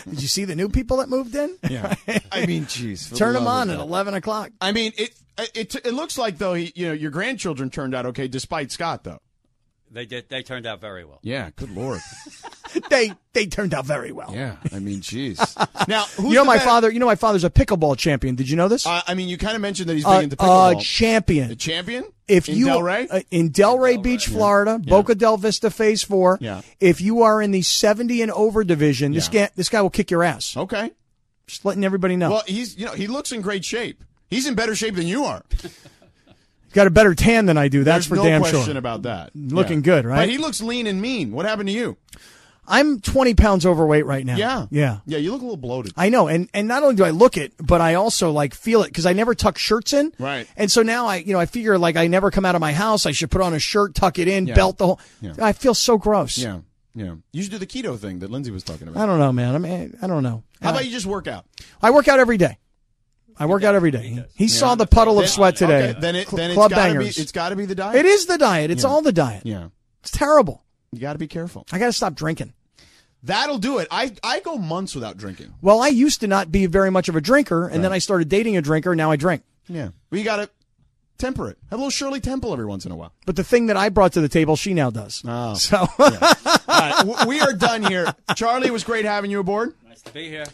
Did you see the new people that moved in? Yeah. I mean, jeez. for the Turn them love on of at God. eleven o'clock. I mean, it it it looks like though he, you know your grandchildren turned out okay despite Scott though. They did. They turned out very well. Yeah, good lord. They they turned out very well. yeah, I mean, jeez. now, who's You know the my better- father. You know my father's a pickleball champion. Did you know this? Uh, I mean, you kind of mentioned that he's big uh, into uh, pickleball. champion. the champion? if In you Delray? uh, in Delray Beach, Florida, Boca Del Vista Phase Four. Yeah. If you are in the seventy and over division, this Yeah. guy this guy will kick your ass. okay. Just letting everybody know. Well, he's you know he looks in great shape. He's in better shape than you are. He's got a better tan than I do. There's That's for no damn question sure. about that. Looking good, right? But he looks lean and mean. What happened to you? I'm twenty pounds overweight right now. Yeah, yeah. yeah. You look a little bloated. I know, and and not only do I look it, but I also like feel it because I never tuck shirts in. Right. And so now I, you know, I figure like I never come out of my house. I should put on a shirt, tuck it in, Yeah. belt the whole. Yeah. I feel so gross. yeah, yeah. You should do the keto thing that Lindsay was talking about. I don't know, man. I mean, I don't know. How Uh, about you just work out? I work out every day. I work out every day. He, he saw the puddle of Then- sweat today. okay, then it Cl- then it's club gotta bangers. be it's got to be the diet. it is the diet. It's Yeah. all the diet. Yeah, It's terrible. you got to be careful. I got to stop drinking. That'll do it. I I go months without drinking. Well, I used to not be very much of a drinker, and then I started dating a drinker. Now I drink. Yeah, but you got to temper it. Have a little Shirley Temple every once in a while. But the thing that I brought to the table, she now does. Oh. So All right, w- we are done here. Charlie, it was great having you aboard. Nice to be here.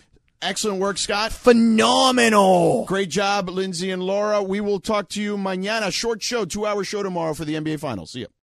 Excellent work, Scott. phenomenal. Great job, Lindsay and Laura. We will talk to you mañana. Short show, two hour show tomorrow for the NBA Finals. See ya.